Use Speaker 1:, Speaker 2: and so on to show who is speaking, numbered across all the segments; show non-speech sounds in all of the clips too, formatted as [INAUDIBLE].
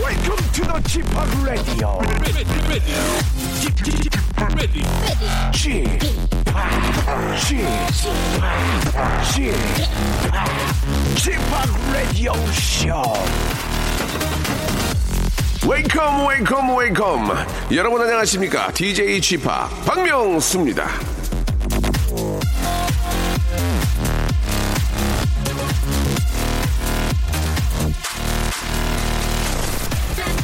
Speaker 1: Welcome to the Chip Radio.
Speaker 2: ready, ready, ready, ready.
Speaker 1: Chip, Chip, Chip, Radio Show.
Speaker 3: 웨이컴 웨이컴 웨이컴 여러분 안녕하십니까 DJ g 파 박명수입니다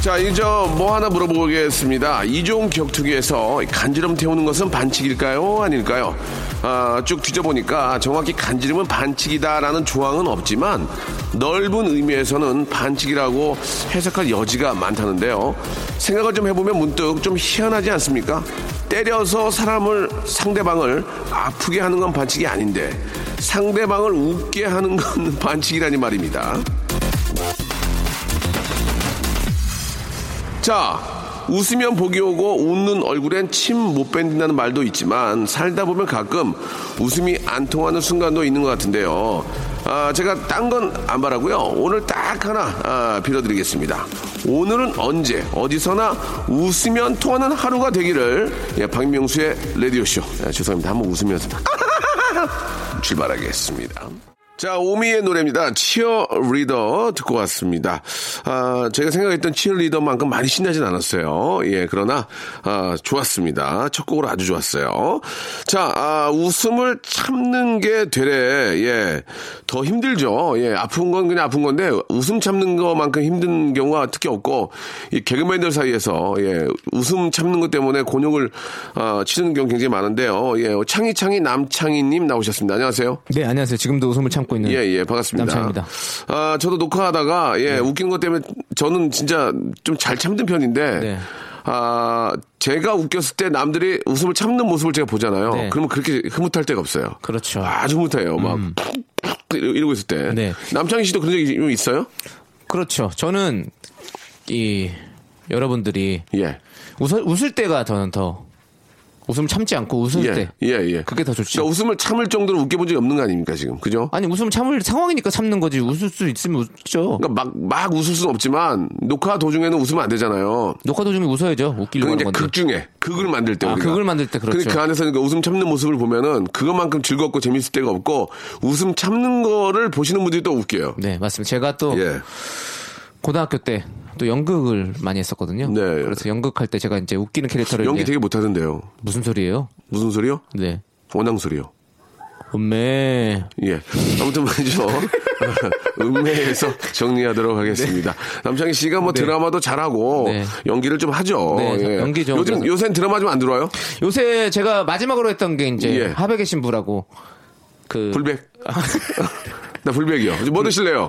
Speaker 3: 자 이제 뭐 하나 물어보겠습니다 이종 격투기에서 간지럼 태우는 것은 반칙일까요 아닐까요 아, 쭉 뒤져보니까 정확히 간지름은 반칙이다라는 조항은 없지만 넓은 의미에서는 반칙이라고 해석할 여지가 많다는데요 생각을 좀 해보면 문득 좀 희한하지 않습니까 때려서 사람을 상대방을 아프게 하는 건 반칙이 아닌데 상대방을 웃게 하는 건 [LAUGHS] 반칙이라니 말입니다. 자, 웃으면 복이 오고 웃는 얼굴엔 침 못 뺀다는 말도 있지만 살다 보면 가끔 웃음이 안 통하는 순간도 있는 것 같은데요. 아, 제가 딴 건 안 바라고요. 오늘 딱 하나 아, 빌어드리겠습니다. 오늘은 언제 어디서나 웃으면 통하는 하루가 되기를 예, 박명수의 라디오 쇼. 아, 죄송합니다. 한번 웃으면서 출발하겠습니다. 자, 오미의 노래입니다. 치어리더 듣고 왔습니다. 아, 제가 생각했던 치어리더만큼 많이 신나진 않았어요. 예, 그러나, 아, 좋았습니다. 첫 곡으로 아주 좋았어요. 자, 아, 웃음을 참는 게 되래. 예, 더 힘들죠. 예, 아픈 건 그냥 아픈 건데, 웃음 참는 것만큼 힘든 경우가 특히 없고, 이 개그맨들 사이에서, 예, 웃음 참는 것 때문에 곤욕을, 아, 치르는 경우 굉장히 많은데요. 예, 창희창희 남창희님 나오셨습니다. 안녕하세요.
Speaker 4: 네, 안녕하세요. 지금도 웃음을 참고 있는.
Speaker 3: 예, 예, 반갑습니다.
Speaker 4: 네. 남창입니다. 네.
Speaker 3: 아, 저도 녹화하다가, 예, 웃기는 것 때문에 저는 진짜 좀 잘 참는 편인데,
Speaker 4: 네.
Speaker 3: 아, 제가 웃겼을 때 남들이 웃음을 참는 모습을 제가 보잖아요.
Speaker 4: 네.
Speaker 3: 그러면 그렇게 흐뭇할 때가 없어요.
Speaker 4: 그렇죠.
Speaker 3: 아주 흐뭇해요. 막, 이러- 이러고 있을 때.
Speaker 4: 음. 네.
Speaker 3: 남창희 씨도 그런 적이 좀 있어요?
Speaker 4: 그렇죠. 저는, 이, 여러분들이
Speaker 3: 예.
Speaker 4: 웃, 웃을 때가 저는 더, 웃음을 참지 않고 웃을
Speaker 3: 예.
Speaker 4: 때.
Speaker 3: 예, 예.
Speaker 4: 그게 더 좋지.
Speaker 3: 그러니까 웃음을 참을 정도로 웃겨본 적이 없는 거 아닙니까, 지금? 그죠?
Speaker 4: 아니, 웃음을 참을 상황이니까 참는 거지. 웃을 수 있으면 웃죠.
Speaker 3: 그러니까 막, 막 웃을 수는 없지만, 녹화 도중에는 웃으면 안 되잖아요.
Speaker 4: 녹화 도중에 웃어야죠. 웃기려고
Speaker 3: 그건
Speaker 4: 하는
Speaker 3: 이제
Speaker 4: 건데.
Speaker 3: 극 중에 극을 만들 때
Speaker 4: 아,
Speaker 3: 우리가
Speaker 4: 극을 만들 때 그렇죠.
Speaker 3: 근데 그 안에서 그 웃음 참는 모습을 보면은 그것만큼 즐겁고 재밌을 때가 없고 웃음 참는 거를 보시는 분들이 또 웃겨요.
Speaker 4: 네, 맞습니다. 제가 또,
Speaker 3: 예.
Speaker 4: 고등학교 때 또 연극을 많이 했었거든요.
Speaker 3: 네.
Speaker 4: 그래서 연극할 때 제가 이제 웃기는 캐릭터를.
Speaker 3: 연기
Speaker 4: 이제
Speaker 3: 되게 못하던데요.
Speaker 4: 무슨 소리예요?
Speaker 3: 무슨 소리요?
Speaker 4: 네.
Speaker 3: 원앙 소리요.
Speaker 4: 음메.
Speaker 3: 예. 아무튼
Speaker 4: [LAUGHS]
Speaker 3: 말이죠. 음매에서 정리하도록 하겠습니다. 남창희 씨가 뭐 드라마도 잘하고
Speaker 4: 네.
Speaker 3: 연기를 좀 하죠. 예.
Speaker 4: 네, 연기 좀
Speaker 3: 요즘
Speaker 4: 그래서-
Speaker 3: 요새 드라마 좀 안 들어와요?
Speaker 4: 요새 제가 마지막으로 했던 게 이제
Speaker 3: 예.
Speaker 4: 하백의 신부라고 그
Speaker 3: 불백. [LAUGHS] 나 불백이요. 뭐 드실래요?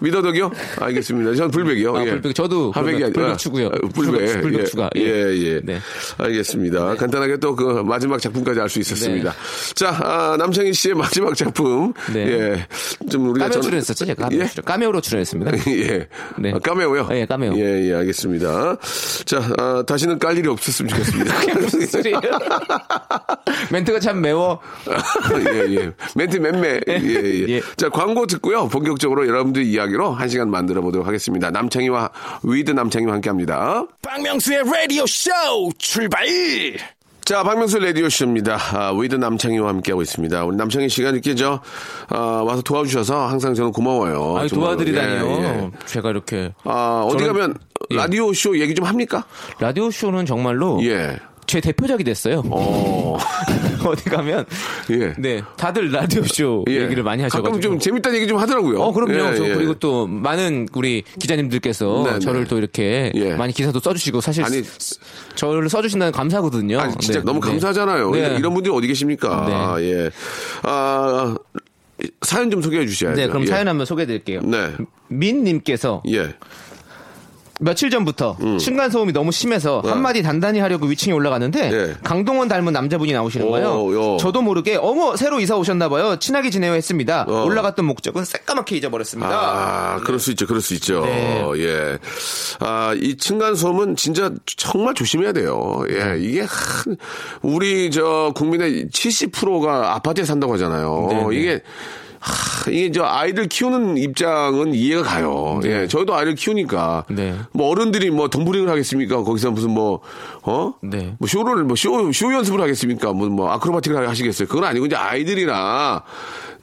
Speaker 3: 미더덕이요? 알겠습니다. 전 불백이요.
Speaker 4: 아,
Speaker 3: 예.
Speaker 4: 불백. 저도
Speaker 3: 하백이
Speaker 4: 불백,
Speaker 3: 아니-
Speaker 4: 불백
Speaker 3: 아,
Speaker 4: 추구요.
Speaker 3: 아,
Speaker 4: 불백 추-
Speaker 3: 불백.
Speaker 4: 불백
Speaker 3: 예.
Speaker 4: 추가.
Speaker 3: 예,
Speaker 4: 예.
Speaker 3: 예.
Speaker 4: 네.
Speaker 3: 알겠습니다. 간단하게 또 그 마지막 작품까지 알 수 있었습니다. 자, 아, 남창희 씨의 마지막 작품.
Speaker 4: 네.
Speaker 3: 예. 좀 우리가
Speaker 4: 까메오
Speaker 3: 전-
Speaker 4: 출연했었죠 제가 까메오
Speaker 3: 예?
Speaker 4: 출연 까메오로 출연했습니다 [LAUGHS]
Speaker 3: [LAUGHS] 예.
Speaker 4: 네.
Speaker 3: 아, 까메오요?
Speaker 4: 예, 까메오.
Speaker 3: 예, 예, 알겠습니다. 자, 아, 다시는 깔 일이 없었으면 좋겠습니다.
Speaker 4: 멘트가 참 매워
Speaker 3: [LAUGHS] 예, 예. 멘트 맴매. 예, 예.
Speaker 4: 예.
Speaker 3: 자, 광고 듣고요. 본격적으로 여러분들 이야기로 한 시간 만들어 보도록 하겠습니다. 남창희와, 위드 남창희와 함께 합니다.
Speaker 1: 박명수의 Radio Show 출발.
Speaker 3: 자, 박명수 레디오쇼입니다. 아, 위드 남창희와 함께하고 있습니다. 우리 남창희 씨가 이렇게 저, 아, 와서 도와주셔서 항상 저는 고마워요.
Speaker 4: 아
Speaker 3: 정말로.
Speaker 4: 도와드리다니요
Speaker 3: 예, 예.
Speaker 4: 제가 이렇게
Speaker 3: 아, 어디
Speaker 4: 저는-
Speaker 3: 가면
Speaker 4: 예. 어.
Speaker 3: 라디오쇼 얘기 좀 합니까?
Speaker 4: 라디오 쇼는 정말로
Speaker 3: 예.
Speaker 4: 제 대표작이 됐어요
Speaker 3: 어.
Speaker 4: [LAUGHS] 어디 가면
Speaker 3: 예.
Speaker 4: 네 다들 라디오 쇼
Speaker 3: 예.
Speaker 4: 얘기를 많이 하셔가지고
Speaker 3: 가끔 좀 재밌다는 얘기 좀 하더라고요.
Speaker 4: 어, 그럼요.
Speaker 3: 예,
Speaker 4: 저
Speaker 3: 예.
Speaker 4: 그리고 또 많은 우리 기자님들께서
Speaker 3: 네, 네.
Speaker 4: 저를 또 이렇게
Speaker 3: 예.
Speaker 4: 많이 기사도 써주시고 사실
Speaker 3: 아니,
Speaker 4: 스- 저를 써주신다는 감사거든요.
Speaker 3: 아니 진짜
Speaker 4: 네,
Speaker 3: 너무
Speaker 4: 네.
Speaker 3: 감사하잖아요.
Speaker 4: 네.
Speaker 3: 이런, 이런 분들이 어디 계십니까? 예. 아 사연 좀 소개해 주셔야죠.
Speaker 4: 네, 그럼
Speaker 3: 예.
Speaker 4: 사연 한번 소개해드릴게요.
Speaker 3: 네.
Speaker 4: 민님께서
Speaker 3: 예.
Speaker 4: 며칠 전부터 층간 소음이 너무 심해서 한마디 단단히 하려고 위층에 올라갔는데
Speaker 3: 네. 예.
Speaker 4: 강동원 닮은 남자분이 나오시는
Speaker 3: 오,
Speaker 4: 거예요.
Speaker 3: 요.
Speaker 4: 저도 모르게 어머 새로 이사 오셨나 봐요. 친하게 지내요 했습니다.
Speaker 3: 어.
Speaker 4: 올라갔던 목적은 새까맣게 잊어버렸습니다.
Speaker 3: 아, 그럴 수 있죠. 그럴 수 있죠.
Speaker 4: 네.
Speaker 3: 예. 아, 이 층간소음은 진짜 정말 조심해야 돼요.
Speaker 4: 네.
Speaker 3: 예. 이게 한, 우리 저 국민의 70%가 아파트에 산다고 하잖아요.
Speaker 4: 네, 네.
Speaker 3: 이게 하, 이게 저 아이들 키우는 입장은 이해가 가요. 예, 저희도 아이를 키우니까.
Speaker 4: 네.
Speaker 3: 뭐 어른들이 뭐 덤블링을 하겠습니까? 거기서 무슨 뭐, 어?
Speaker 4: 네.
Speaker 3: 뭐 쇼를, 뭐 쇼, 쇼 연습을 하겠습니까? 뭐, 뭐 아크로바틱을 하시겠어요? 그건 아니고 이제 아이들이나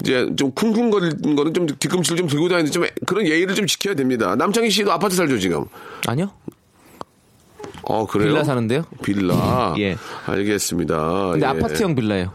Speaker 3: 이제 좀 쿵쿵거리는 거는 좀 뒤꿈치를 좀 들고 다니는 좀 그런 예의를 좀 지켜야 됩니다. 남창희 씨도 아파트 살죠, 지금?
Speaker 4: 아니요?
Speaker 3: 어, 그래요?
Speaker 4: 빌라 사는데요?
Speaker 3: 빌라.
Speaker 4: [LAUGHS] 예.
Speaker 3: 알겠습니다.
Speaker 4: 근데
Speaker 3: 예.
Speaker 4: 아파트형 빌라예요.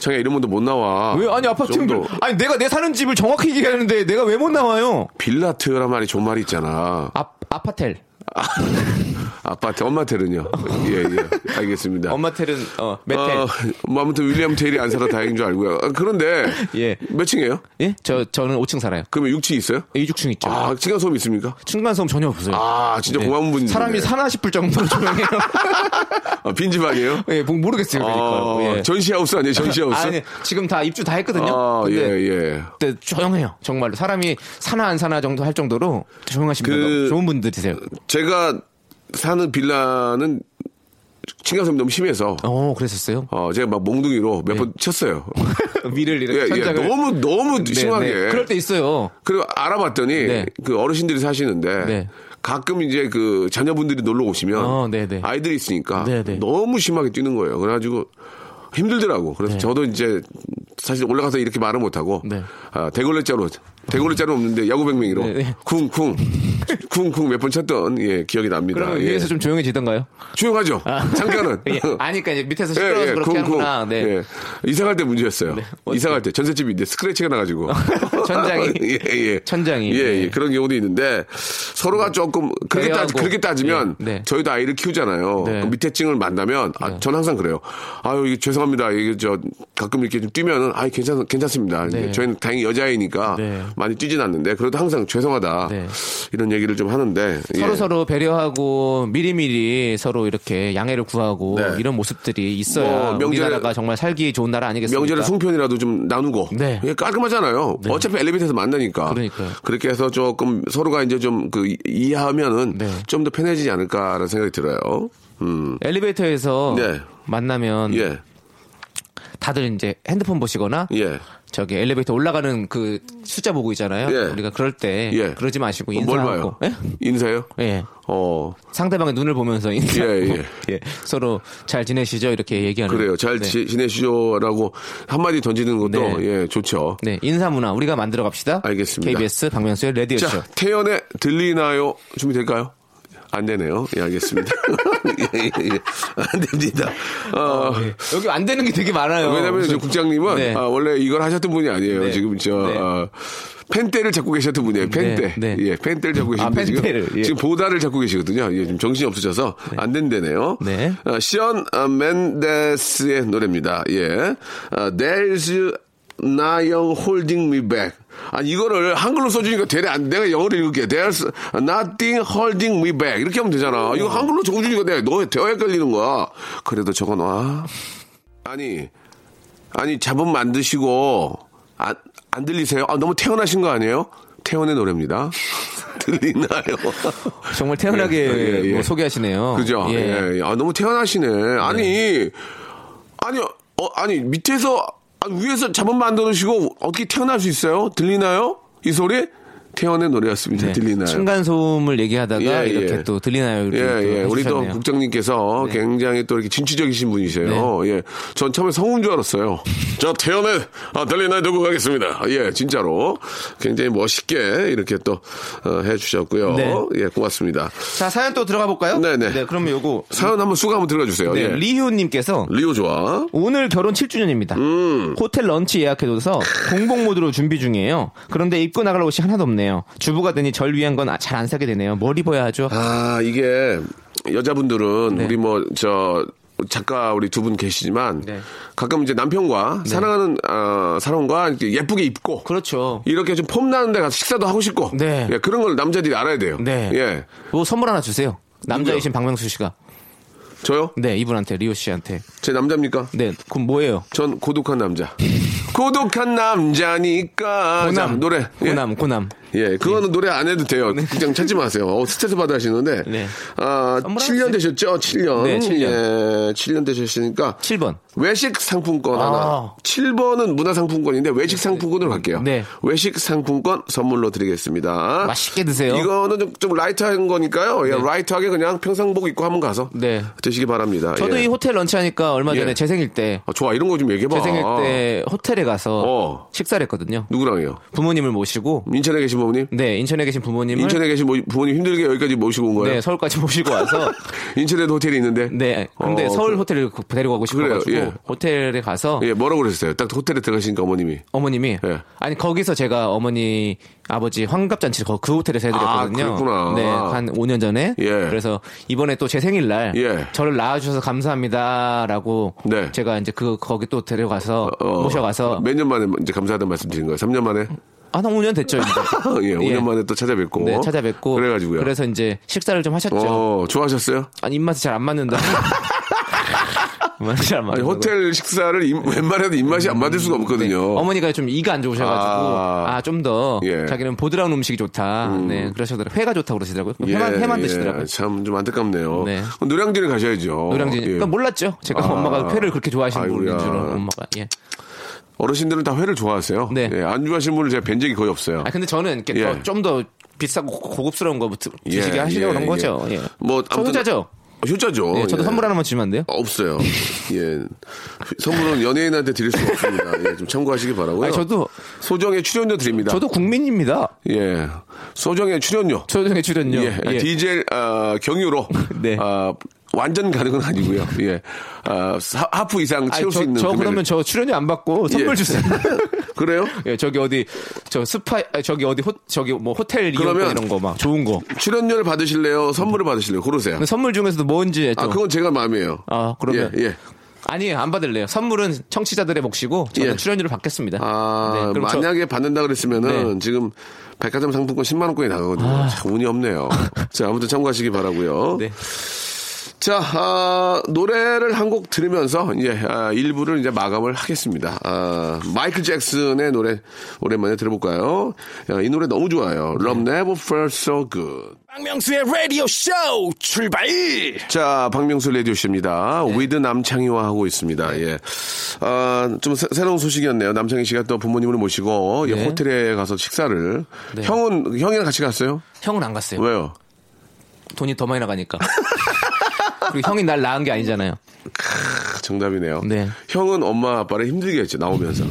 Speaker 3: 창희 이런 분도 못 나와.
Speaker 4: 왜 아니 아파트형 그-
Speaker 3: 좀더
Speaker 4: 빌라? 아니 내가 내 사는 집을 정확히 얘기하는데 내가 왜 못 나와요?
Speaker 3: 빌라트란 말이 좋은 말이 있잖아.
Speaker 4: 아 아파텔.
Speaker 3: 네. 아파트, 엄마 텔은요? 예, 예. 알겠습니다.
Speaker 4: [LAUGHS] 엄마 텔은 어 메텔.
Speaker 3: 어, 뭐 아무튼 윌리엄 테일이 안 살아 다행인 줄 알고요. 아, 그런데
Speaker 4: [LAUGHS] 예.
Speaker 3: 몇 층이에요?
Speaker 4: 예? 저 저는 5층 살아요.
Speaker 3: 그러면 6층 있어요?
Speaker 4: 이죽충 있죠.
Speaker 3: 아, 층간 소음 있습니까?
Speaker 4: 층간 소음 전혀 없어요.
Speaker 3: 아, 진짜
Speaker 4: 네.
Speaker 3: 고마운 분이
Speaker 4: 사람이 사나 싶을 정도로 조용해요. [LAUGHS]
Speaker 3: 아, 빈집 아니에요?
Speaker 4: 예, 뭐 모르겠어요. [LAUGHS] 그러니까.
Speaker 3: 어,
Speaker 4: 예.
Speaker 3: 전시하우스 아니에요? 전시하우스?
Speaker 4: 아니, 지금 다 입주 다 했거든요.
Speaker 3: 아,
Speaker 4: 근데
Speaker 3: 예, 예.
Speaker 4: 그때 조용해요. 정말로 사람이 사나 안 사나 정도 할 정도로 조용하신
Speaker 3: 그-
Speaker 4: 분들 좋은 분들이세요.
Speaker 3: 제가 사는 빌라는 층간 소음이 너무 심해서
Speaker 4: 어,
Speaker 3: [LAUGHS]
Speaker 4: 그랬었어요.
Speaker 3: 어, 제가 막 몽둥이로 몇 번
Speaker 4: [LAUGHS]
Speaker 3: 쳤어요.
Speaker 4: 위를 이렇게
Speaker 3: 예, 예.
Speaker 4: 천장을
Speaker 3: 너무, 너무
Speaker 4: 네,
Speaker 3: 심하게.
Speaker 4: 네. 그럴 때 있어요.
Speaker 3: 그리고 알아봤더니
Speaker 4: 네.
Speaker 3: 그 어르신들이 사시는데
Speaker 4: 네.
Speaker 3: 가끔 이제 그 자녀분들이 놀러 오시면
Speaker 4: 어, 네네.
Speaker 3: 아이들이 있으니까
Speaker 4: 네네.
Speaker 3: 너무 심하게 뛰는 거예요. 그래가지고 힘들더라고. 그래서 저도 이제 사실 올라가서 이렇게 말을 못하고
Speaker 4: 네.
Speaker 3: 아, 대걸레자로 대걸레자로 없는데 야구백맹이로
Speaker 4: 네, 네. [LAUGHS]
Speaker 3: 쿵쿵 쿵쿵 몇 번 쳤던 예 기억이 납니다.
Speaker 4: 그러면
Speaker 3: 예.
Speaker 4: 위에서
Speaker 3: [LAUGHS]
Speaker 4: 좀 조용해지던가요?
Speaker 3: 조용하죠. 잠깐은.
Speaker 4: [LAUGHS] 예. 아니까 이제 밑에서
Speaker 3: 예,
Speaker 4: 시끄러워서
Speaker 3: 예,
Speaker 4: 그렇게
Speaker 3: 쿵쿵.
Speaker 4: 하는구나. 네.
Speaker 3: 예. 이사 갈 때 문제였어요.
Speaker 4: 어떻게?
Speaker 3: 이사 갈 때 전셋집인데 스크래치가 나가지고
Speaker 4: 어, [LAUGHS] 천장이.
Speaker 3: [LAUGHS] 예, 예.
Speaker 4: 천장이.
Speaker 3: 예, 예.
Speaker 4: 네.
Speaker 3: 그런 경우도 있는데 서로가 조금 그렇게 따
Speaker 4: 배려하고.
Speaker 3: 그렇게 따지면
Speaker 4: 예, 네.
Speaker 3: 저희도 아이를 키우잖아요.
Speaker 4: 네.
Speaker 3: 그 밑에 층을 만나면 아, 전 항상 그래요. 아유 이게 죄송합니다. 이게 저 가끔 이렇게 좀 뛰면은 아 괜찮 괜찮습니다.
Speaker 4: 네.
Speaker 3: 저희는 당연히 여자애니까
Speaker 4: 네.
Speaker 3: 많이 뛰진 않는데 그래도 항상 죄송하다
Speaker 4: 네.
Speaker 3: 이런 얘기를 좀 하는데 예.
Speaker 4: 서로 서로 배려하고 미리미리 서로 이렇게 양해를 구하고
Speaker 3: 네.
Speaker 4: 이런 모습들이 있어야
Speaker 3: 뭐, 명절에-
Speaker 4: 우리나라가 정말 살기 좋은 나라 아니겠습니까?
Speaker 3: 명절에 송편이라도 좀 나누고
Speaker 4: 네.
Speaker 3: 예, 깔끔하잖아요. 어차피 엘리베이터에서 만나니까.
Speaker 4: 그러니까요.
Speaker 3: 그렇게 해서 조금 서로가 이제 좀 그 이해하면은
Speaker 4: 네.
Speaker 3: 좀 더 편해지지 않을까라는 생각이 들어요. 음.
Speaker 4: 엘리베이터에서
Speaker 3: 네.
Speaker 4: 만나면
Speaker 3: 예.
Speaker 4: 다들 이제 핸드폰 보시거나
Speaker 3: 예.
Speaker 4: 저기 엘리베이터 올라가는 그 숫자 보고 있잖아요.
Speaker 3: 예.
Speaker 4: 우리가 그럴 때
Speaker 3: 예.
Speaker 4: 그러지 마시고
Speaker 3: 어, 뭘 봐요?
Speaker 4: 인사하고 예?
Speaker 3: 인사요?
Speaker 4: 예.
Speaker 3: 어.
Speaker 4: 상대방의 눈을 보면서 인사하고
Speaker 3: 예.
Speaker 4: 예. 서로 잘 지내시죠 이렇게 얘기하는
Speaker 3: 그래요. 잘
Speaker 4: 네.
Speaker 3: 지, 지내시죠라고 한마디 던지는 것도
Speaker 4: 네.
Speaker 3: 예, 좋죠.
Speaker 4: 네, 인사 문화 우리가 만들어 갑시다.
Speaker 3: 알겠습니다.
Speaker 4: KBS 박명수의 레디오쇼.
Speaker 3: 자, 태연의 들리나요? 준비될까요? 안 되네요. 예, 알겠습니다. [LAUGHS] 예, 예, 예. 안 됩니다. 어,
Speaker 4: 여기 안 되는 게 되게 많아요.
Speaker 3: 왜냐면 이제
Speaker 4: 무슨-
Speaker 3: 국장님은
Speaker 4: 네.
Speaker 3: 아, 원래 이걸 하셨던 분이 아니에요.
Speaker 4: 네.
Speaker 3: 지금 저
Speaker 4: 네.
Speaker 3: 아, 펜대를 잡고 계셨던 분이에요. 펜대.
Speaker 4: 네.
Speaker 3: 예, 펜대를 잡고 계시는데
Speaker 4: 아,
Speaker 3: 지금,
Speaker 4: 펜대를, 예.
Speaker 3: 지금 보다를 잡고 계시거든요. 예, 지금 정신이 없으셔서 안 된대네요.
Speaker 4: 네.
Speaker 3: 아, 시언 아, 맨데스의 노래입니다. 예. 아, There's 나영 holding me back. 아 이거를 한글로 써주니까 되레 안 내가 영어로 읽을게. There's nothing holding me back. 이렇게 하면 되잖아. 이거 한글로 적어주니까 내가 너더 헷갈리는 거야. 그래도 적어놔. 아니 아니 잡음 만드시고 안, 안 들리세요? 아, 너무 태연하신 거 아니에요? 태연의 노래입니다. [LAUGHS] 들리나요?
Speaker 4: 정말 태연하게
Speaker 3: 예, 예, 예.
Speaker 4: 뭐 소개하시네요.
Speaker 3: 그죠?
Speaker 4: 예.
Speaker 3: 예. 예. 아, 너무 태연하시네. 아니 아니 어, 아니 밑에서 아, 위에서 잡음 만드시고 어떻게 태어날 수 있어요? 들리나요? 이 소리? 태연의 노래였습니다.
Speaker 4: 네.
Speaker 3: 예, 들리나요?
Speaker 4: 층간 소음을 얘기하다가
Speaker 3: 예, 예.
Speaker 4: 이렇게 또 들리나요? 이렇게 또
Speaker 3: 예, 예. 우리 또
Speaker 4: 해주셨네요. 네.
Speaker 3: 국장님께서 굉장히 또 이렇게 진취적이신 분이세요. 예. 전 처음에 성우인 줄 알았어요. 저 태연의 아, 달리나에 들고 가겠습니다. 예, 진짜로. 굉장히 멋있게 이렇게 또 어, 해주셨고요.
Speaker 4: 네.
Speaker 3: 예, 고맙습니다.
Speaker 4: 자 사연 또 들어가 볼까요?
Speaker 3: 네, 네.
Speaker 4: 그러면 요거
Speaker 3: 사연 한번 수가 한번 들어주세요.
Speaker 4: 네,
Speaker 3: 예.
Speaker 4: 리효님께서
Speaker 3: 리오 좋아.
Speaker 4: 오늘 결혼 7주년입니다.
Speaker 3: 음.
Speaker 4: 호텔 런치 예약해둬서 공복 모드로 준비 중이에요. 그런데 입고 나갈 옷이 하나도 없네요. 주부가 되니 절 위한 건 잘 안 사게 되네요. 뭘 입어야 하죠?
Speaker 3: 아, 이게 여자분들은
Speaker 4: 네.
Speaker 3: 우리 뭐 저 작가 우리 두 분 계시지만
Speaker 4: 네.
Speaker 3: 가끔 이제 남편과 사랑하는 어, 사람과 이렇게 예쁘게 입고
Speaker 4: 그렇죠.
Speaker 3: 이렇게 좀 폼나는 데 가서 식사도 하고 싶고
Speaker 4: 네.
Speaker 3: 예, 그런 걸 남자들이 알아야 돼요.
Speaker 4: 네.
Speaker 3: 예.
Speaker 4: 뭐 선물 하나 주세요. 남자이신 박명수 씨가.
Speaker 3: 저요?
Speaker 4: 네, 이분한테, 리오 씨한테.
Speaker 3: 제 남자입니까?
Speaker 4: 네, 그럼 뭐예요? [LAUGHS]
Speaker 3: 전 고독한 남자. 고독한 남자니까. 자,
Speaker 4: 고남
Speaker 3: 노래. 예.
Speaker 4: 고남 네. 고남.
Speaker 3: 예, 그거는 노래 안 해도 돼요. 그냥 찾지 마세요. 어, 스트레스 받아 하시는데.
Speaker 4: 네.
Speaker 3: 아,
Speaker 4: 선물하고
Speaker 3: 7년 되셨죠? 7년.
Speaker 4: 네, 칠 년.
Speaker 3: 예, 7년 되셨으니까.
Speaker 4: 7번.
Speaker 3: 외식 상품권
Speaker 4: 아.
Speaker 3: 하나. 7번은 문화상품권인데 외식 상품권으로 갈게요.
Speaker 4: 네.
Speaker 3: 외식 상품권 선물로 드리겠습니다.
Speaker 4: 맛있게 드세요.
Speaker 3: 아, 이거는 좀, 좀 라이트한 거니까요. 예, 라이트하게 그냥 평상복 입고 한번 가서
Speaker 4: 네.
Speaker 3: 드시기 바랍니다.
Speaker 4: 저도
Speaker 3: 예.
Speaker 4: 이 호텔 런치 하니까 얼마 전에
Speaker 3: 예.
Speaker 4: 제 생일 때,
Speaker 3: 아, 좋아, 이런 거 좀 얘기해봐.
Speaker 4: 제 생일 때 호텔에 가서
Speaker 3: 어.
Speaker 4: 식사를 했거든요.
Speaker 3: 누구랑요?
Speaker 4: 부모님을 모시고,
Speaker 3: 인천에 계신 부모님?
Speaker 4: 네, 인천에 계신 부모님을
Speaker 3: 인천에 계신 모- 부모님 힘들게 여기까지 모시고 온 거예요?
Speaker 4: 네, 서울까지 [LAUGHS] 모시고 와서
Speaker 3: 인천에도 호텔이 있는데?
Speaker 4: 네, 근데
Speaker 3: 어,
Speaker 4: 서울
Speaker 3: 그-
Speaker 4: 호텔을 그- 데리고 가고 싶어 가지고
Speaker 3: 그래요, 예.
Speaker 4: 호텔에 가서
Speaker 3: 예, 뭐라고 그랬어요? 딱 호텔에 들어가시니까 어머님이.
Speaker 4: 어머님이
Speaker 3: 예.
Speaker 4: 아니 거기서 제가 어머니 아버지 환갑잔치 거- 그 호텔에서 해드렸거든요.
Speaker 3: 아, 그랬구나.
Speaker 4: 네, 한 5년 전에.
Speaker 3: 예.
Speaker 4: 그래서 이번에 또 제 생일날
Speaker 3: 예.
Speaker 4: 저를 낳아주셔서 감사합니다라고
Speaker 3: 네.
Speaker 4: 제가 이제 그 거기 또 데려가서
Speaker 3: 어,
Speaker 4: 모셔가서
Speaker 3: 몇 년 만에 이제 감사하다는 말씀 드린 거예요? 3년 만에?
Speaker 4: 한 5년 됐죠. 이제.
Speaker 3: 예, 5년
Speaker 4: 예.
Speaker 3: 만에 또 찾아뵙고.
Speaker 4: 네, 찾아뵙고
Speaker 3: 어? 그래가지고요.
Speaker 4: 서 이제 식사를 좀 하셨죠.
Speaker 3: 어, 좋아하셨어요?
Speaker 4: 아니 입맛이 잘 안
Speaker 3: [LAUGHS]
Speaker 4: 맞는다. 입맛이 잘안
Speaker 3: 아니,
Speaker 4: 맞는다.
Speaker 3: 호텔 식사를 입-
Speaker 4: 네.
Speaker 3: 웬만해도 입맛이 안 맞을 수가 없거든요.
Speaker 4: 어머니가 좀 이가 안 좋으셔가지고
Speaker 3: 아.
Speaker 4: 아 좀 더
Speaker 3: 예.
Speaker 4: 자기는 보드라운 음식이 좋다. 네 그러시더라고요. 회가 좋다고 그러시더라고요. 회만
Speaker 3: 예,
Speaker 4: 회만
Speaker 3: 예,
Speaker 4: 드시더라고요.
Speaker 3: 참, 좀 안타깝네요.
Speaker 4: 네.
Speaker 3: 그럼 노량진에 가셔야죠.
Speaker 4: 노량진.
Speaker 3: 예.
Speaker 4: 그러니까 몰랐죠. 제가
Speaker 3: 아.
Speaker 4: 엄마가 회를 그렇게 좋아하시는
Speaker 3: 아이고야.
Speaker 4: 분인 줄 알고 엄마가. 예.
Speaker 3: 어르신들은 다 회를 좋아하세요.
Speaker 4: 네.
Speaker 3: 예, 안 좋아하시는 분을 제가 뵌 적이 거의 없어요.
Speaker 4: 아 근데 저는 이렇게
Speaker 3: 예.
Speaker 4: 더 좀 더 비싸고 고- 고급스러운 거 드-
Speaker 3: 예,
Speaker 4: 드시게 하시려고
Speaker 3: 예,
Speaker 4: 그런 거죠.
Speaker 3: 예.
Speaker 4: 예.
Speaker 3: 뭐,
Speaker 4: 저 효자죠.
Speaker 3: 어, 효자죠.
Speaker 4: 예, 저도
Speaker 3: 예.
Speaker 4: 선물 하나만 주면 안 돼요?
Speaker 3: 없어요. 예. 선물은 연예인한테 드릴 수가 없습니다. 예, 좀 참고하시기 바라고요.
Speaker 4: 아니, 저도-
Speaker 3: 소정의 출연료 드립니다.
Speaker 4: 저도 국민입니다.
Speaker 3: 예. 소정의 출연료.
Speaker 4: 초등의 출연료.
Speaker 3: 예.
Speaker 4: 예.
Speaker 3: 디젤 아, 경유로
Speaker 4: [LAUGHS] 네.
Speaker 3: 아, 완전 가능은 아니고요. 예. 아, 사- 하프 이상
Speaker 4: 아니,
Speaker 3: 채울 수
Speaker 4: 저,
Speaker 3: 있는
Speaker 4: 저
Speaker 3: 금액을-
Speaker 4: 그러면 저 출연료 안 받고 선물
Speaker 3: 예.
Speaker 4: 주세요. [LAUGHS]
Speaker 3: 그래요?
Speaker 4: 예, 저기 어디 저 스파 아니, 저기 어디 호 저기 뭐 호텔
Speaker 3: 그러면-
Speaker 4: 이용권 이런 거 막 좋은 거.
Speaker 3: 출연료를 받으실래요? 선물을 받으실래요? 고르세요.
Speaker 4: 근데 선물 중에서도 뭔지
Speaker 3: 아,
Speaker 4: 좀-
Speaker 3: 그건 제가 마음이에요.
Speaker 4: 아, 그러면
Speaker 3: 예, 예.
Speaker 4: 아니에요. 안 받을래요. 선물은 청취자들의 몫이고 저는
Speaker 3: 예.
Speaker 4: 출연료를 받겠습니다.
Speaker 3: 아,
Speaker 4: 네, 그럼 저-
Speaker 3: 만약에 받는다 그랬으면은
Speaker 4: 네. 아.
Speaker 3: 지금 백화점 상품권 10만 원권이 나가거든요. 참 운이 없네요.
Speaker 4: [LAUGHS]
Speaker 3: 자, 아무튼 참고하시기 바라고요.
Speaker 4: 네.
Speaker 3: 자, 아, 노래를 한 곡 들으면서 이제 아, 1부를 이제 마감을 하겠습니다. 아, 마이클 잭슨의 노래 오랜만에 들어볼까요? 야, 이 노래 너무 좋아요. Love Never Felt So Good.
Speaker 1: 박명수의 라디오 쇼 출발!
Speaker 3: 자, 박명수 레디오 씨입니다.
Speaker 4: 네.
Speaker 3: 위드 남창희와 하고 있습니다. 예. 아, 좀 새, 로운 소식이었네요. 남창희 씨가 또 부모님을 모시고 예,
Speaker 4: 네.
Speaker 3: 호텔에 가서 식사를. 형은, 형이랑 같이 갔어요?
Speaker 4: 형은 안 갔어요.
Speaker 3: 왜요?
Speaker 4: 돈이 더 많이 나가니까. [LAUGHS] 그리고 형이 날 낳은 게 아니잖아요.
Speaker 3: 크, 정답이네요.
Speaker 4: 네. 음.
Speaker 3: 형은 엄마 아빠를 힘들게 했죠, 나오면서.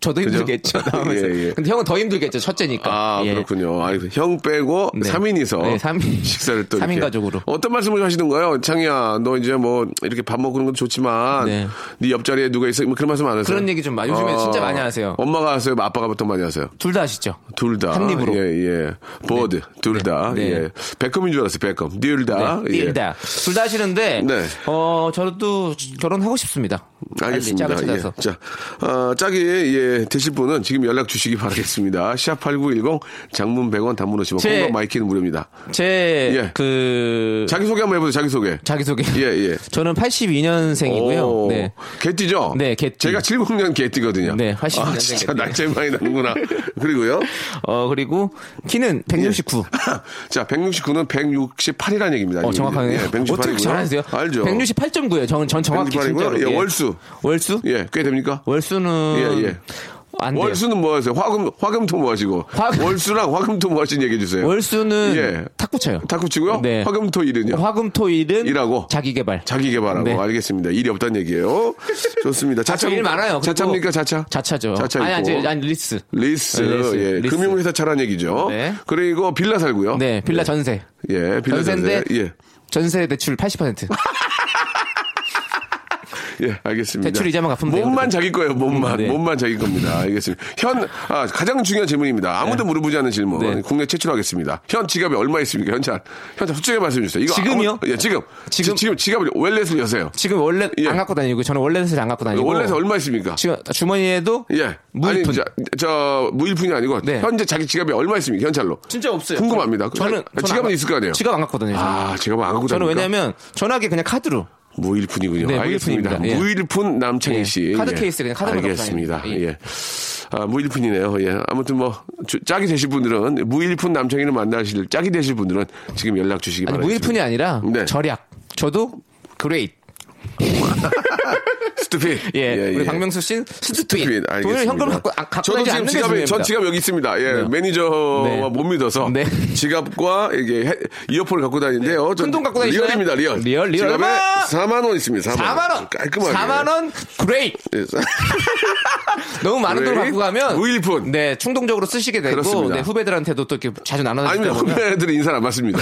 Speaker 4: 저도
Speaker 3: 그죠?
Speaker 4: 힘들겠죠.
Speaker 3: [LAUGHS]
Speaker 4: 나오면서.
Speaker 3: 예, 예.
Speaker 4: 근데 형은 더 힘들겠죠. 첫째니까.
Speaker 3: 아,
Speaker 4: 예.
Speaker 3: 그렇군요. 아, 형 빼고
Speaker 4: 네.
Speaker 3: 삼인이서
Speaker 4: 네, 삼인.
Speaker 3: 식사를 또
Speaker 4: 삼인
Speaker 3: 이렇게.
Speaker 4: 가족으로.
Speaker 3: 어떤 말씀을 하시는 거예요? 창희야, 너 이제 뭐 이렇게 밥 먹는 건 좋지만 네,
Speaker 4: 네.
Speaker 3: 옆자리에 누가 있어? 뭐 그런 말씀 안 하세요? 어,
Speaker 4: 그런 얘기 좀 많이- 요즘에 진짜 많이 하세요.
Speaker 3: 엄마가 하세요? 아빠가 보통 많이 하세요?
Speaker 4: 둘 다 아시죠?
Speaker 3: 둘 다.
Speaker 4: 한 입으로.
Speaker 3: 예, 예. 보드, 둘 다.
Speaker 4: 네.
Speaker 3: 예. 백컴인 줄 알았어요, 백컴. 둘 다.
Speaker 4: 네,
Speaker 3: 예.
Speaker 4: 둘다. 둘 다 하시는데,
Speaker 3: 네.
Speaker 4: 어, 저도 결혼하고 싶습니다. 빨리
Speaker 3: 알겠습니다.
Speaker 4: 짝을 찾아서.
Speaker 3: 예. 자, 어, 짝이 예, 되실 분은 지금 연락 주시기 바라겠습니다. 샵8910 장문 100원 단문 50원
Speaker 4: 제- 네.
Speaker 3: 콩과 마이키는 무료입니다.
Speaker 4: 제,
Speaker 3: 예.
Speaker 4: 그,
Speaker 3: 자기소개 한번 해보세요, 자기소개.
Speaker 4: 자기소개.
Speaker 3: 예, 예.
Speaker 4: 저는 82년생이고요.
Speaker 3: 오,
Speaker 4: 네.
Speaker 3: 개띠죠?
Speaker 4: 네, 개띠.
Speaker 3: 제가 70년 개띠거든요.
Speaker 4: 네, 80
Speaker 3: 아,
Speaker 4: 년
Speaker 3: 진짜
Speaker 4: 개띠.
Speaker 3: 날짜 많이
Speaker 4: [LAUGHS]
Speaker 3: 나는구나. 그리고요. [LAUGHS]
Speaker 4: 어, 그리고 키는
Speaker 3: 예.
Speaker 4: 169.
Speaker 3: 자, 169는 168이라는 얘기입니다.
Speaker 4: 어, 정확하네요.
Speaker 3: 예, 168이고요.
Speaker 4: 어떻게 잘하세요?
Speaker 3: 알죠.
Speaker 4: 168.9예요. 저는 전 정확히
Speaker 3: 168 이고요.
Speaker 4: 진짜로.
Speaker 3: 예, 월수.
Speaker 4: 월수?
Speaker 3: 예, 꽤 됩니까?
Speaker 4: 월수는
Speaker 3: 예, 예.
Speaker 4: 안 돼요. 월수...
Speaker 3: 월수는 뭐 하세요? 화금, 화금토 뭐 하시고?
Speaker 4: 화-
Speaker 3: 월수랑 화금토 뭐 하시는 얘기해 주세요.
Speaker 4: 는
Speaker 3: 예.
Speaker 4: 탁구 쳐요.
Speaker 3: 탁구 치고요?
Speaker 4: 네.
Speaker 3: 화금토 일은요?
Speaker 4: 화금토일은
Speaker 3: 일하고?
Speaker 4: 자기 개발.
Speaker 3: 자기 개발하고
Speaker 4: 네.
Speaker 3: 알겠습니다. 일이 없다는
Speaker 4: [LAUGHS]
Speaker 3: 얘기예요. 좋습니다.
Speaker 4: 아,
Speaker 3: 자차
Speaker 4: 저일 많아요. 그리고
Speaker 3: 자차입니까 자차?
Speaker 4: 자차죠.
Speaker 3: 자차
Speaker 4: 아니,
Speaker 3: 있고.
Speaker 4: 아니, 아니, 리스.
Speaker 3: 리스,
Speaker 4: 네, 리스.
Speaker 3: 예,
Speaker 4: 리스.
Speaker 3: 금융회사 차란 얘기죠.
Speaker 4: 네.
Speaker 3: 그리고 빌라 살고요.
Speaker 4: 네, 빌라 전세.
Speaker 3: 예, 빌라
Speaker 4: 전세인데
Speaker 3: 전세. 예,
Speaker 4: 전세 대출
Speaker 3: [LAUGHS]
Speaker 4: 80%.
Speaker 3: 예, 알겠습니다.
Speaker 4: 대출 이자만 갚으면 돼요,
Speaker 3: 몸만
Speaker 4: 그래도.
Speaker 3: 자기 거예요, 몸만.
Speaker 4: 음, 네.
Speaker 3: 몸만 자기 겁니다. 알겠습니다. 현, 아, 가장 중요한 질문입니다. 아무도 물어보지 않은 질문.
Speaker 4: 네.
Speaker 3: 국내 최초하겠습니다. 현 지갑이 얼마 있습니까? 현 잘. 현 잘, 솔직히 말씀해 주세요. 이거
Speaker 4: 지금이요?
Speaker 3: 아무- 예, 지금. 지금.
Speaker 4: 지금?
Speaker 3: 지, 금 지갑을 웰렛을 여세요.
Speaker 4: 지금 원래
Speaker 3: 예.
Speaker 4: 안 갖고 다니고 저는 원래는 안 갖고 다니고
Speaker 3: 원래서 얼마 있습니까?
Speaker 4: 지금 주머니에도
Speaker 3: 예.
Speaker 4: 무일푼.
Speaker 3: 아니, 저, 저, 무일푼이 아니고,
Speaker 4: 네.
Speaker 3: 현재 자기 지갑이 얼마 있습니까? 현찰로.
Speaker 4: 진짜 없어요.
Speaker 3: 궁금합니다.
Speaker 4: 저는
Speaker 3: 지갑은
Speaker 4: 안-
Speaker 3: 아, 있을 거 아니에요?
Speaker 4: 지갑 안 갖고 다녀요. 저는.
Speaker 3: 아, 지갑은 안 갖고
Speaker 4: 저는
Speaker 3: 다닙니까?
Speaker 4: 왜냐면 전화기 그냥 카드로
Speaker 3: 무일푼이군요.
Speaker 4: 네,
Speaker 3: 알겠습니다.
Speaker 4: 무일푼입니다. 예.
Speaker 3: 무일푼 남창희
Speaker 4: 예.
Speaker 3: 씨.
Speaker 4: 카드 케이스 그냥 카드로
Speaker 3: 알겠습니다.
Speaker 4: 갖고
Speaker 3: 예.
Speaker 4: 다니는.
Speaker 3: 아, 무일푼이네요. 예. 아무튼 뭐, 저- 짝이 되실 분들은, 무일푼 남창희를 만나실, 짝이 되실 분들은 지금 연락 주시기
Speaker 4: 아니
Speaker 3: 바랍니다.
Speaker 4: 뭐 무일푼이 아니라
Speaker 3: 네.
Speaker 4: 절약. 저도 그레이트.
Speaker 3: 스투핏.
Speaker 4: [LAUGHS] 예, 우리 박명수 씨는 스투핏.
Speaker 3: 알겠습니다.
Speaker 4: 돈을 현금 갖고 아, 갖고
Speaker 3: 저도
Speaker 4: 다니지
Speaker 3: 지금
Speaker 4: 않는 게
Speaker 3: 지갑에 저
Speaker 4: 중요합니다.
Speaker 3: 지갑 여기 있습니다. 예,
Speaker 4: 네.
Speaker 3: 매니저와
Speaker 4: 네.
Speaker 3: 못 믿어서
Speaker 4: 네.
Speaker 3: 지갑과 이게 헤- 이어폰을 갖고 다니는데요. 저
Speaker 4: 큰돈 갖고 다니시나요?
Speaker 3: 리얼입니다, 리얼.
Speaker 4: 리얼, 리얼.
Speaker 3: 지갑에
Speaker 4: 얼마?
Speaker 3: 4만 원 있습니다. 4만,
Speaker 4: 4만 원.
Speaker 3: 깔끔하게.
Speaker 4: 4만 원 그레이트.
Speaker 3: 예, 사-
Speaker 4: 너무 많은 돈을
Speaker 3: 그레이트,
Speaker 4: 갖고 가면
Speaker 3: 무일푼.
Speaker 4: 네, 충동적으로 쓰시게 되고
Speaker 3: 그렇습니다.
Speaker 4: 네, 후배들한테도 또 이렇게 자주 나눠
Speaker 3: 아닙니다.
Speaker 4: 주다 보면
Speaker 3: 후배들은 인사를 안
Speaker 4: [LAUGHS]
Speaker 3: 받습니다.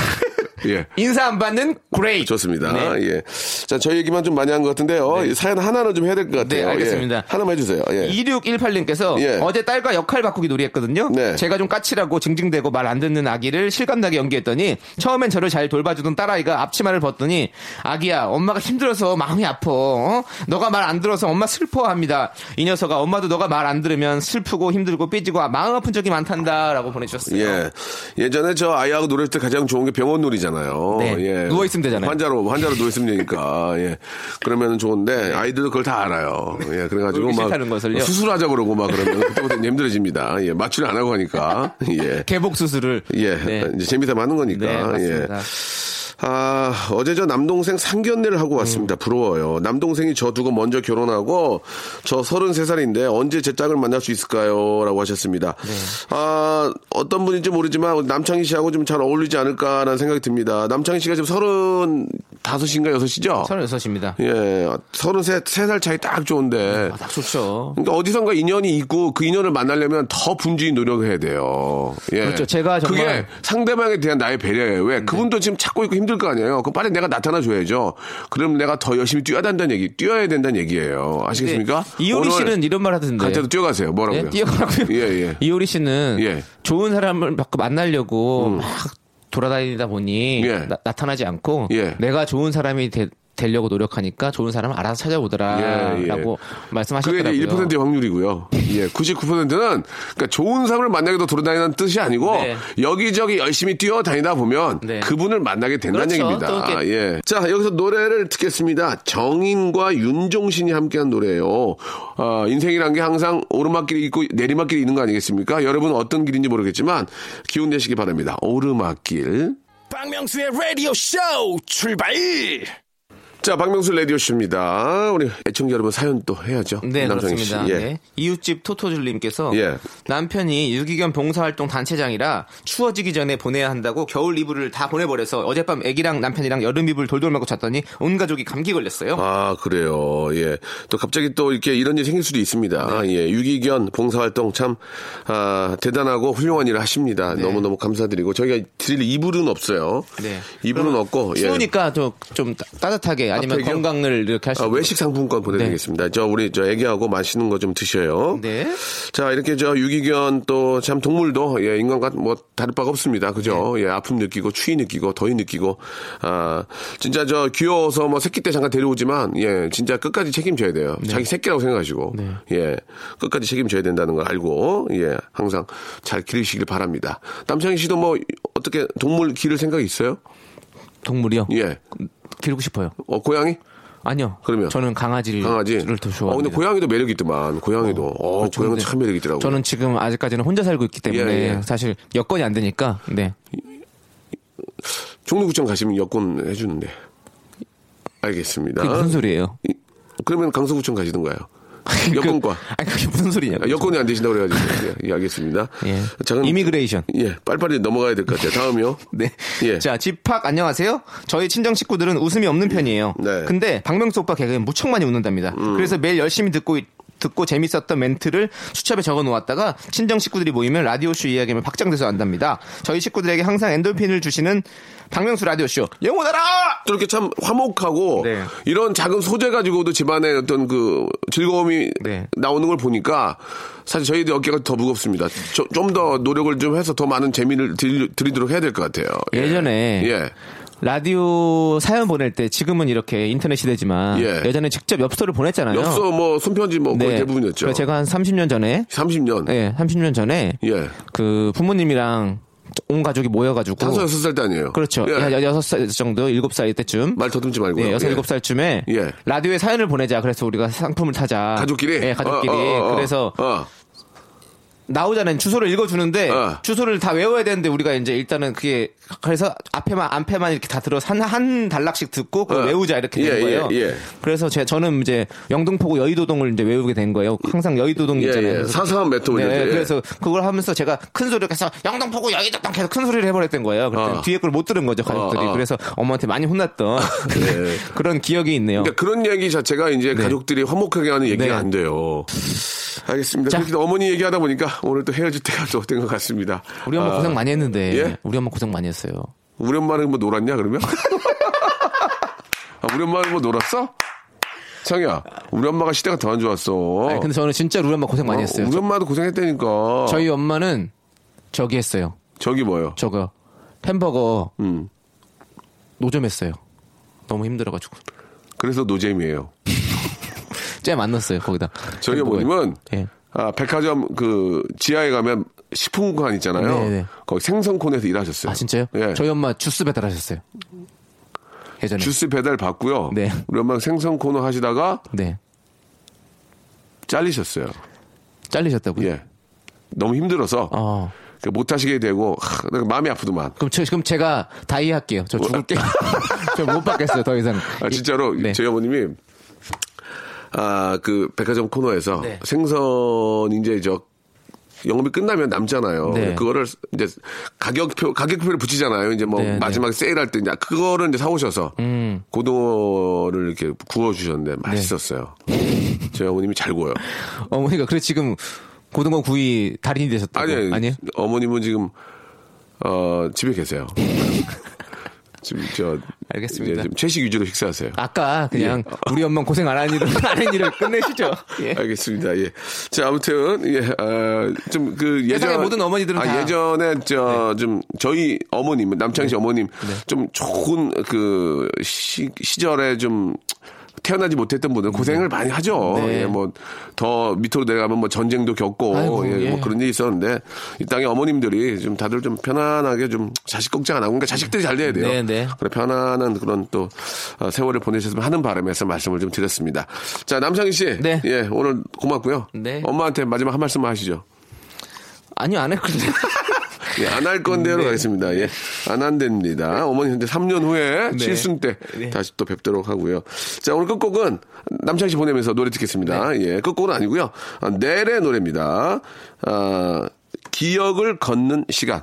Speaker 3: 예.
Speaker 4: 인사 안 받는 그레이트.
Speaker 3: 좋습니다.
Speaker 4: 네.
Speaker 3: 예. 자, 저희 얘기만 좀 많이 한 것 같은데요. 이 사연 하나는 좀 해야 될 것 같아요.
Speaker 4: 네, 알겠습니다.
Speaker 3: 예. 하나만 해주세요. 예.
Speaker 4: 2618님께서
Speaker 3: 예.
Speaker 4: 네. 어제 딸과 역할 바꾸기 놀이 했거든요.
Speaker 3: 네.
Speaker 4: 제가 좀 까칠하고 징징대고 말 안 듣는 아기를 실감나게 연기했더니 처음엔 저를 잘 돌봐주던 딸아이가 앞치마를 벗더니 아기야 엄마가 힘들어서 마음이 아파. 어? 너가 말 안 들어서 엄마 슬퍼합니다. 이 녀석아 엄마도 너가 말 안 들으면 슬프고 힘들고 삐지고 아, 마음 아픈 적이 많단다 라고 보내주셨어요.
Speaker 3: 예. 예전에 저 아이하고 노래할 때 가장 좋은 게 병원 놀이잖아요.
Speaker 4: 네.
Speaker 3: 예.
Speaker 4: 누워있으면 되잖아요.
Speaker 3: 환자로, 환자로 누워있으면 되니까. 예. 그러면 은
Speaker 4: 네.
Speaker 3: 좋은데 아이들도 그걸 다 알아요. 예. 그래가지고
Speaker 4: 울기
Speaker 3: 막.
Speaker 4: 싫다는 것을요?
Speaker 3: 수술하자 그러고 막 그러면 그때부터 이제 힘들어집니다. 예. 마취를 안 하고 하니까.
Speaker 4: [LAUGHS]
Speaker 3: 예.
Speaker 4: 개복 수술을.
Speaker 3: 예.
Speaker 4: 네.
Speaker 3: 이제 재미삼아 하는 거니까.
Speaker 4: 네,
Speaker 3: 예.
Speaker 4: 맞습니다.
Speaker 3: 아, 어제 저 남동생 상견례를 하고 왔습니다. 부러워요. 남동생이 저 두고 먼저 결혼하고 저 33살인데 언제 제 짝을 만날 수 있을까요? 라고 하셨습니다. 아, 어떤 분인지 모르지만 남창희 씨하고 좀 잘 어울리지 않을까라는 생각이 듭니다. 남창희 씨가 지금 35인가 6이죠?
Speaker 4: 36입니다.
Speaker 3: 예, 33, 3살 차이 딱 좋은데.
Speaker 4: 아, 딱 좋죠.
Speaker 3: 그러니까 어디선가 인연이 있고 그 인연을 만나려면 더 분주히 노력해야 돼요. 예.
Speaker 4: 그렇죠. 제가 정말- 네.
Speaker 3: 그게 상대방에 대한 나의 배려예요. 왜? 그분도 지금 찾고 있고 힘들 거 아니에요. 그럼 빨리 내가 나타나 줘야죠. 그럼 내가 더 열심히 뛰어야 된다는 얘기, 뛰어야 된다는 얘기예요. 아시겠습니까?
Speaker 4: 이효리
Speaker 3: 오늘
Speaker 4: 씨는 이런 말 하던데.
Speaker 3: 갈 때도 뛰어가세요. 뭐라고요?
Speaker 4: 예, 뛰어가라고요.
Speaker 3: 예, 예.
Speaker 4: 이효리 씨는
Speaker 3: 예. 음.
Speaker 4: 좋은 사람을 자꾸 만나려고 막 돌아다니다 보니
Speaker 3: 예.
Speaker 4: 나, 타나지 않고
Speaker 3: 예.
Speaker 4: 내가 좋은 사람이 되, 려고 노력하니까 좋은 사람을 알아서
Speaker 3: 예, 예.
Speaker 4: 찾아오더라라고
Speaker 3: 그게
Speaker 4: 말씀하셨더라고요.
Speaker 3: 이제 1%의 확률이고요. 예, 99%는 그러니까 좋은 사람을 만나게 더 돌아다니는 뜻이 아니고
Speaker 4: 네.
Speaker 3: 여기저기 열심히 뛰어다니다 보면
Speaker 4: 네.
Speaker 3: 그분을 만나게 된다는
Speaker 4: 그렇죠. 또
Speaker 3: 얘기입니다.
Speaker 4: 이렇게-
Speaker 3: 예. 자, 여기서 노래를 듣겠습니다. 정인과 윤종신이 함께한 노래예요. 아, 인생이란 게 항상 오르막길이 있고 내리막길이 있는 거 아니겠습니까? 여러분 어떤 길인지 모르겠지만 기운 내시기 바랍니다. 오르막길.
Speaker 1: 박명수의 라디오 쇼 출발!
Speaker 3: 자, 박명수 라디오쇼입니다. 우리 애청자 여러분 사연 또 해야죠.
Speaker 4: 네,
Speaker 3: 남정희
Speaker 4: 그렇습니다.
Speaker 3: 씨. 예.
Speaker 4: 네. 이웃집 토토줄님께서
Speaker 3: 예.
Speaker 4: 남편이 유기견 봉사활동 단체장이라 추워지기 전에 보내야 한다고 겨울 이불을 다 보내버려서 어젯밤 애기랑 남편이랑 여름 이불 돌돌 말고 잤더니 온 가족이 감기 걸렸어요.
Speaker 3: 아, 그래요. 예. 또 갑자기 또 이렇게 이런 일이 생길 수도 있습니다.
Speaker 4: 네.
Speaker 3: 예. 유기견 봉사활동 참, 아, 대단하고 훌륭한 일을 하십니다. 너무너무 감사드리고. 저희가 드릴 이불은 없어요.
Speaker 4: 네.
Speaker 3: 이불은 없고. 예.
Speaker 4: 추우니까 좀, 좀 따- 따뜻하게 아니면
Speaker 3: 핫팩이요?
Speaker 4: 건강을 이렇게
Speaker 3: 아,
Speaker 4: 하시고
Speaker 3: 외식 상품권 보내드리겠습니다. 저, 우리, 저, 애기하고 맛있는 거 좀 드셔요.
Speaker 4: 네.
Speaker 3: 자, 이렇게 저 유기견 또 참 동물도, 예, 인간과 뭐, 다를 바가 없습니다. 그죠?
Speaker 4: 네.
Speaker 3: 예, 아픔 느끼고, 추위 느끼고, 더위 느끼고, 아, 진짜 저 귀여워서 뭐, 새끼 때 잠깐 데려오지만, 예, 진짜 끝까지 책임져야 돼요.
Speaker 4: 네.
Speaker 3: 자기 새끼라고 생각하시고, 예, 끝까지 책임져야 된다는 걸 알고, 예, 항상 잘 기르시길 바랍니다. 남창희 씨도 뭐, 어떻게 동물 기를 생각이 있어요?
Speaker 4: 동물이요.
Speaker 3: 예.
Speaker 4: 기르고 싶어요.
Speaker 3: 어, 고양이?
Speaker 4: 아니요.
Speaker 3: 그러면?
Speaker 4: 저는 강아지를
Speaker 3: 강아지.
Speaker 4: 예, 더
Speaker 3: 어,
Speaker 4: 좋아합니다.
Speaker 3: 근데 고양이도 매력 있더만. 고양이도. 어,
Speaker 4: 그렇죠.
Speaker 3: 고양이
Speaker 4: 근데
Speaker 3: 참 매력 있더라고.
Speaker 4: 저는 지금 아직까지는 혼자 살고 있기 때문에
Speaker 3: 예, 예.
Speaker 4: 사실 여건이 안 되니까 네.
Speaker 3: 종로구청 가시면 여권 해주는데. 알겠습니다.
Speaker 4: 그게 무슨 소리예요?
Speaker 3: 이- 그러면 강서구청 가시던가요? 여권과.
Speaker 4: 그- [LAUGHS] 아니 그게 무슨 소리냐고.
Speaker 3: 여권이 안 되신다고 그래가지고. 예, 예, 알겠습니다.
Speaker 4: 예.
Speaker 3: 자, 그럼-
Speaker 4: 이미그레이션.
Speaker 3: 예, 빨리빨리 넘어가야 될 것 같아요. 다음이요.
Speaker 4: 네.
Speaker 3: 예.
Speaker 4: 자, 집팍 안녕하세요. 저희 친정 식구들은 웃음이 없는 편이에요.
Speaker 3: 네. 음.
Speaker 4: 근데 박명수 오빠 개그에 무척 많이 웃는답니다. 그래서 매일 열심히 듣고 듣고 재밌었던 멘트를 수첩에 적어 놓았다가 친정 식구들이 모이면 라디오쇼 이야기하면 박장대소 한답니다. 저희 식구들에게 항상 엔돌핀을 주시는 박명수 라디오쇼 영원하라!
Speaker 3: 또 이렇게 참 화목하고
Speaker 4: 네.
Speaker 3: 이런 작은 소재 가지고도 집안의 어떤 그 즐거움이
Speaker 4: 네.
Speaker 3: 나오는 걸 보니까 사실 저희도 어깨가 더 무겁습니다. 좀 더 노력을 좀 해서 더 많은 재미를 드리, 드리도록 해야 될 것 같아요. 예.
Speaker 4: 예전에
Speaker 3: 예.
Speaker 4: 라디오 사연 보낼 때 지금은 이렇게 인터넷 시대지만
Speaker 3: 예.
Speaker 4: 전에 직접 엽서를 보냈잖아요.
Speaker 3: 엽서 뭐 손편지 뭐 거의
Speaker 4: 네.
Speaker 3: 대부분이었죠. 예.
Speaker 4: 그래서 제가 한 30년 전에
Speaker 3: 30년.
Speaker 4: 예, 30년 전에
Speaker 3: 예.
Speaker 4: 그 부모님이랑 온 가족이 모여가지고
Speaker 3: 다섯, 여섯 살 때 아니에요.
Speaker 4: 어. 그렇죠.
Speaker 3: 예.
Speaker 4: 여- 여섯 살 정도, 일곱 살 때쯤.
Speaker 3: 말 더듬지 말고요.
Speaker 4: 네, 여섯
Speaker 3: 예.
Speaker 4: 일곱 살쯤에
Speaker 3: 예.
Speaker 4: 라디오에 사연을 보내자. 그래서 우리가 상품을 타자.
Speaker 3: 가족끼리?
Speaker 4: 네, 가족끼리.
Speaker 3: 어, 어, 어, 어.
Speaker 4: 그래서
Speaker 3: 어.
Speaker 4: 나오자는 주소를 읽어주는데
Speaker 3: 어.
Speaker 4: 주소를 다 외워야 되는데 우리가 이제 일단은 그게 그래서 앞에만 앞에만 이렇게 다 들어서 한, 한 단락씩 듣고 그걸
Speaker 3: 어.
Speaker 4: 외우자 이렇게 된
Speaker 3: 예,
Speaker 4: 거예요.
Speaker 3: 예, 예.
Speaker 4: 그래서 제 저는 이제 영등포구 여의도동을 이제 외우게 된 거예요. 항상 여의도동
Speaker 3: 예,
Speaker 4: 있잖아요.
Speaker 3: 예.
Speaker 4: 그래서
Speaker 3: 사사한 메토
Speaker 4: 네,
Speaker 3: 이렇게. 예.
Speaker 4: 그래서 그걸 하면서 제가 큰 소리로 계속 영등포구 여의도동 계속 큰 소리를 해버렸던 거예요. 그랬더니
Speaker 3: 어.
Speaker 4: 뒤에 걸 못 들은 거죠 가족들이.
Speaker 3: 어, 아, 네. 어.
Speaker 4: 그래서 엄마한테 많이 혼났던 [LAUGHS] 예, 그런 기억이 있네요.
Speaker 3: 그러니까 그런 얘기 자체가 이제 가족들이 화목하게 하는 얘기가
Speaker 4: 네.
Speaker 3: 안 돼요. 알겠습니다.
Speaker 4: 자.
Speaker 3: 그렇게 어머니 얘기하다 보니까 오늘 또 헤어질 때가 또 된 것 같습니다.
Speaker 4: 우리 엄마
Speaker 3: 아,
Speaker 4: 고생 많이 했는데
Speaker 3: 예?
Speaker 4: 우리 엄마 고생 많이 했어요.
Speaker 3: 우리 엄마는 뭐 놀았냐 그러면? 아, 우리 엄마는 뭐 놀았어? 창이야, 우리 엄마가 시대가 더 안 좋았어.
Speaker 4: 아니, 근데 저는 진짜 우리 엄마 고생 많이
Speaker 3: 어,
Speaker 4: 했어요.
Speaker 3: 우리 엄마도 고생했다니까.
Speaker 4: 저, 희 엄마는 저기 했어요.
Speaker 3: 저기 뭐요?
Speaker 4: 저거 햄버거
Speaker 3: 음.
Speaker 4: 노점했어요. 너무 힘들어가지고
Speaker 3: 그래서 노잼이에요.
Speaker 4: 잼안 넣었어요 거기다.
Speaker 3: 저희가
Speaker 4: 햄버거에.
Speaker 3: 뭐냐면
Speaker 4: 예.
Speaker 3: 아, 백화점 그 지하에 가면 식품관 있잖아요.
Speaker 4: 네네.
Speaker 3: 거기 생선 코너에서 일하셨어요.
Speaker 4: 아 진짜요?
Speaker 3: 예.
Speaker 4: 저희 엄마 주스 배달하셨어요. 예전에.
Speaker 3: 주스 배달 받고요.
Speaker 4: 네.
Speaker 3: 우리 엄마 생선 코너 하시다가
Speaker 4: 네.
Speaker 3: 잘리셨어요.
Speaker 4: 잘리셨다고요?
Speaker 3: 예. 너무 힘들어서
Speaker 4: 어.
Speaker 3: 그못 하시게 되고 하, 내가 마음이 아프더만.
Speaker 4: 그럼, 저, 그럼 제가 다이 할게요.
Speaker 3: [LAUGHS]
Speaker 4: 저 죽을게요. 저 못 받겠어요, 더 이상.
Speaker 3: 아, 진짜로
Speaker 4: 네.
Speaker 3: 저희 어머님이 아, 그 백화점 코너에서
Speaker 4: 네.
Speaker 3: 생선 이제 저 영업이 끝나면 남잖아요.
Speaker 4: 네.
Speaker 3: 그거를 이제 가격표 가격표를 붙이잖아요. 이제 뭐
Speaker 4: 네, 음. 네.
Speaker 3: 마지막 세일할 때 이제 그거를 이제 사오셔서 고등어를 이렇게 구워
Speaker 4: 네.
Speaker 3: 주셨는데 맛있었어요. 저희 어머님이 잘 구워요.
Speaker 4: 어머니가, 그래, 지금 고등어 구이 달인이 되셨다고.
Speaker 3: 아니, 아니,
Speaker 4: 뭐, 아니에요?
Speaker 3: 어머님은 지금 어, 집에
Speaker 4: [LAUGHS]
Speaker 3: 계세요. 지금 저
Speaker 4: 알겠습니다.
Speaker 3: 이제 지금 채식 위주로 식사하세요.
Speaker 4: 아까 그냥
Speaker 3: 예.
Speaker 4: 우리 엄마 고생 안 하는 일을, 하는 일을
Speaker 3: [LAUGHS]
Speaker 4: 끝내시죠. 예.
Speaker 3: 알겠습니다. 예. 자, 아무튼, 예, 아, 좀 그 예전.
Speaker 4: 세상의 모든 어머니들은
Speaker 3: 아,
Speaker 4: 다- 네.
Speaker 3: 예전에 저, 좀 저희 어머님, 남창희 씨 어머님 좀 좋은 그 시, 시절에 좀 태어나지 못했던 분은 고생을 많이 하죠.
Speaker 4: 네.
Speaker 3: 예, 뭐 더 밑으로 내려가면 뭐 전쟁도 겪고
Speaker 4: 아이고,
Speaker 3: 예,
Speaker 4: 예.
Speaker 3: 뭐 그런 일이 있었는데 이 땅의 어머님들이 좀 다들 좀 편안하게 좀 자식 걱정 안 하고 그러니까 자식들이 잘 돼야 돼요.
Speaker 4: 네, 네.
Speaker 3: 그래, 편안한 그런 또 어, 세월을 보내셨으면 하는 바람에서 말씀을 좀 드렸습니다. 자, 남창희 씨.
Speaker 4: 네.
Speaker 3: 예, 오늘 고맙고요.
Speaker 4: 네.
Speaker 3: 엄마한테 마지막 한 말씀 만 하시죠.
Speaker 4: 아니요,
Speaker 3: [LAUGHS]
Speaker 4: 안 했거든요.
Speaker 3: 예, 안 할
Speaker 4: 네.
Speaker 3: 건데로 가겠습니다. 예. 안 한답니다. 어머니한테 3년 후에
Speaker 4: 네.
Speaker 3: 실순 때 다시 또 뵙도록 하고요. 자, 오늘 끝곡은 남창희 씨 보내면서 노래 듣겠습니다.
Speaker 4: 네.
Speaker 3: 예, 끝곡은 아니고요. 아, 넬의 노래입니다. 아, 기억을 걷는 시간.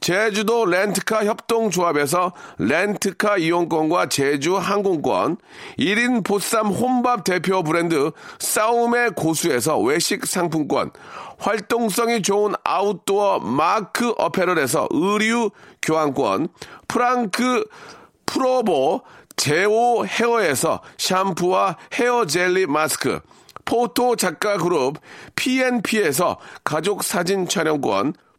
Speaker 3: 제주도 렌트카 협동조합에서 렌트카 이용권과 제주 항공권, 1인 보쌈 혼밥 대표 브랜드 싸움의 고수에서 외식 상품권, 활동성이 좋은 아웃도어 마크 어페럴에서 의류 교환권, 프랑크 프로보 제오 헤어에서 샴푸와 헤어 젤리 마스크, 포토 작가 그룹 PNP에서 가족 사진 촬영권,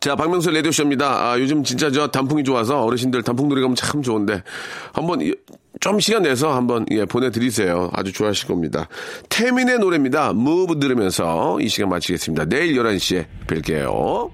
Speaker 3: 자, 박명수 레디오쇼입니다. 아, 요즘 진짜 저 단풍이 좋아서 어르신들 단풍 놀이 가면 참 좋은데 한번 이- 좀 시간 내서 한번 예, 보내드리세요. 아주 좋아하실 겁니다. 태민의 노래입니다. 무브 들으면서 이 시간 마치겠습니다. 내일 11시에 뵐게요.